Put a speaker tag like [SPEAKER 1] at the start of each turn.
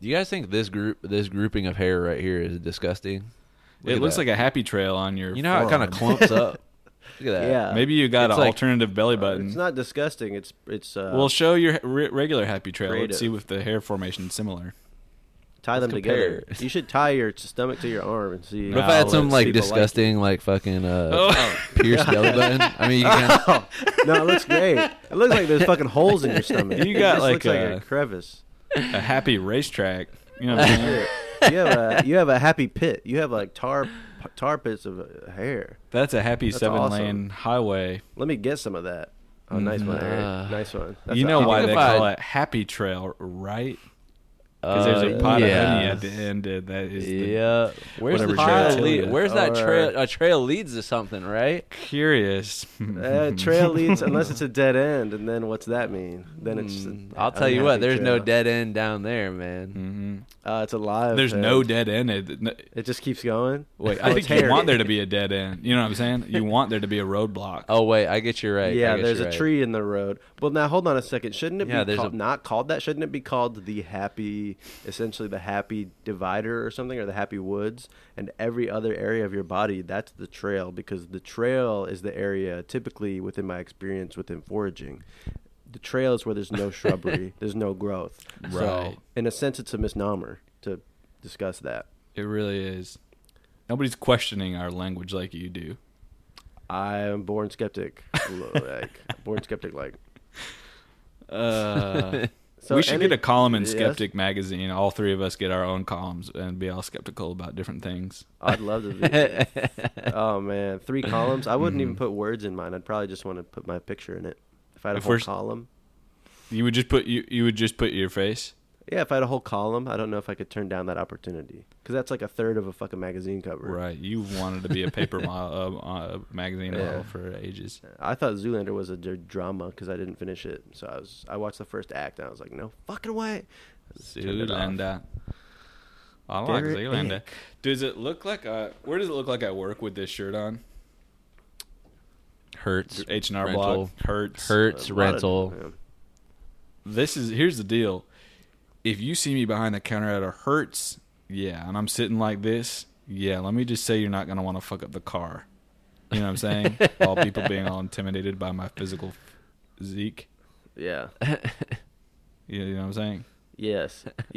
[SPEAKER 1] Do you guys think this group, this grouping of hair right here, is disgusting? Look
[SPEAKER 2] it
[SPEAKER 1] at
[SPEAKER 2] looks
[SPEAKER 1] that.
[SPEAKER 2] like a happy trail on your.
[SPEAKER 1] you know how it kind of
[SPEAKER 2] forearm.
[SPEAKER 1] clumps up. Look at that.
[SPEAKER 3] Yeah.
[SPEAKER 2] Maybe you got
[SPEAKER 1] It's
[SPEAKER 2] an
[SPEAKER 1] like-
[SPEAKER 2] alternative belly button.
[SPEAKER 3] uh, It's not disgusting. It's it's uh,
[SPEAKER 2] Well, show your re- regular happy trail.
[SPEAKER 3] Creative.
[SPEAKER 2] Let's see if the hair formation is similar.
[SPEAKER 3] tie them
[SPEAKER 1] compare.
[SPEAKER 3] together. You should tie your stomach to your arm and see.
[SPEAKER 1] But if
[SPEAKER 3] how
[SPEAKER 1] I had some
[SPEAKER 3] it-
[SPEAKER 1] like
[SPEAKER 3] people it.
[SPEAKER 1] disgusting, like, fucking uh,
[SPEAKER 2] Oh.
[SPEAKER 1] pierced belly button, I mean, you can't. Uh,
[SPEAKER 3] no, it looks great. It looks like there's fucking holes in your stomach.
[SPEAKER 2] You
[SPEAKER 3] It
[SPEAKER 2] got
[SPEAKER 3] just
[SPEAKER 2] like
[SPEAKER 3] looks
[SPEAKER 2] a-
[SPEAKER 3] like a crevice.
[SPEAKER 2] A happy racetrack. You know what I'm saying?
[SPEAKER 3] you have a you have a happy pit. You have like tar tar pits of uh, hair.
[SPEAKER 2] That's a happy
[SPEAKER 3] That's
[SPEAKER 2] seven
[SPEAKER 3] awesome.
[SPEAKER 2] lane highway.
[SPEAKER 3] Let me get some of that. Oh, nice one, Eric.
[SPEAKER 1] Uh,
[SPEAKER 3] nice one.
[SPEAKER 2] you
[SPEAKER 3] a-
[SPEAKER 2] know
[SPEAKER 3] I
[SPEAKER 2] why
[SPEAKER 3] think
[SPEAKER 2] they
[SPEAKER 1] if I-
[SPEAKER 2] call it happy trail, right? Because
[SPEAKER 1] Because
[SPEAKER 2] there's a pot of honey at the end uh, that is the
[SPEAKER 1] Uh, Yeah, where's
[SPEAKER 2] whatever
[SPEAKER 1] the trail?
[SPEAKER 2] trail
[SPEAKER 1] Lead,
[SPEAKER 2] is.
[SPEAKER 1] where's that
[SPEAKER 3] Or-
[SPEAKER 1] trail? A trail leads to something, right?
[SPEAKER 2] curious.
[SPEAKER 3] Uh, trail leads unless it's a dead end, and then what's that mean? Then it's.
[SPEAKER 1] Mm, I'll tell you what,
[SPEAKER 3] unhappy
[SPEAKER 1] there's no
[SPEAKER 3] trail.
[SPEAKER 1] dead end down there, man.
[SPEAKER 2] Mm-hmm.
[SPEAKER 3] Uh, it's alive.
[SPEAKER 2] There's
[SPEAKER 3] man.
[SPEAKER 2] no dead end. It- no-
[SPEAKER 3] It just keeps going.
[SPEAKER 2] Wait,
[SPEAKER 3] Oh,
[SPEAKER 2] I think
[SPEAKER 3] it's
[SPEAKER 2] you
[SPEAKER 3] hair.
[SPEAKER 2] want there to be a dead end. You know what I'm saying? You want there to be a roadblock.
[SPEAKER 1] Oh wait, I get you right.
[SPEAKER 3] Yeah,
[SPEAKER 1] I get
[SPEAKER 3] there's
[SPEAKER 1] you
[SPEAKER 3] a
[SPEAKER 1] right.
[SPEAKER 3] tree in the road. Well, now hold on a second. Shouldn't it
[SPEAKER 1] Yeah,
[SPEAKER 3] be
[SPEAKER 1] there's
[SPEAKER 3] called,
[SPEAKER 1] a-
[SPEAKER 3] not called that? Shouldn't it be called the happy, essentially the happy divider or something, or the happy woods? And every other area of your body, that's the trail, because the trail is the area typically within my experience within foraging. The trail is where there's no shrubbery, there's no growth. So,
[SPEAKER 2] Right.
[SPEAKER 3] in a sense, it's a misnomer to discuss that.
[SPEAKER 2] It really is. Nobody's questioning our language like you do.
[SPEAKER 3] I am born skeptic, like born skeptic, like.
[SPEAKER 2] Uh,
[SPEAKER 3] So
[SPEAKER 2] we should
[SPEAKER 3] any-
[SPEAKER 2] get a column in
[SPEAKER 3] Yes.
[SPEAKER 2] Skeptic magazine. All three of us get our own columns and be all skeptical about different things.
[SPEAKER 3] I'd love to be. oh man, three columns. I wouldn't even put words in mine. I'd probably just want to put my picture in it. If I had
[SPEAKER 2] Mm-hmm.
[SPEAKER 3] a
[SPEAKER 2] If
[SPEAKER 3] whole
[SPEAKER 2] we're s-
[SPEAKER 3] column,
[SPEAKER 2] You would just put you you would just put your face.
[SPEAKER 3] yeah. If I had a whole column, I don't know if I could turn down that opportunity because that's like a third of a fucking magazine cover.
[SPEAKER 2] Right. You wanted to be a paper model, uh, uh, magazine
[SPEAKER 3] Yeah.
[SPEAKER 2] model for ages.
[SPEAKER 3] I thought Zoolander was a d- drama because I didn't finish it. So I was. I watched the first act and I was like, no fucking way. I just turned it off.
[SPEAKER 2] Zoolander. uh, I like
[SPEAKER 3] Derek
[SPEAKER 2] Zoolander.
[SPEAKER 3] Eck.
[SPEAKER 2] Does it look like uh where does it look like I work with this shirt on?
[SPEAKER 1] Hurts,
[SPEAKER 2] H and R
[SPEAKER 1] rental,
[SPEAKER 2] Block hurts.
[SPEAKER 1] Hurts
[SPEAKER 3] A lot of-
[SPEAKER 1] rental.
[SPEAKER 3] yeah.
[SPEAKER 2] This is here's the deal. If you see me behind the counter at a Hertz, yeah, and I'm sitting like this, yeah. Let me just say you're not gonna want to fuck up the car. You know what I'm saying? all people being all intimidated by my physical physique.
[SPEAKER 3] Yeah.
[SPEAKER 2] You know what I'm saying?
[SPEAKER 3] Yes.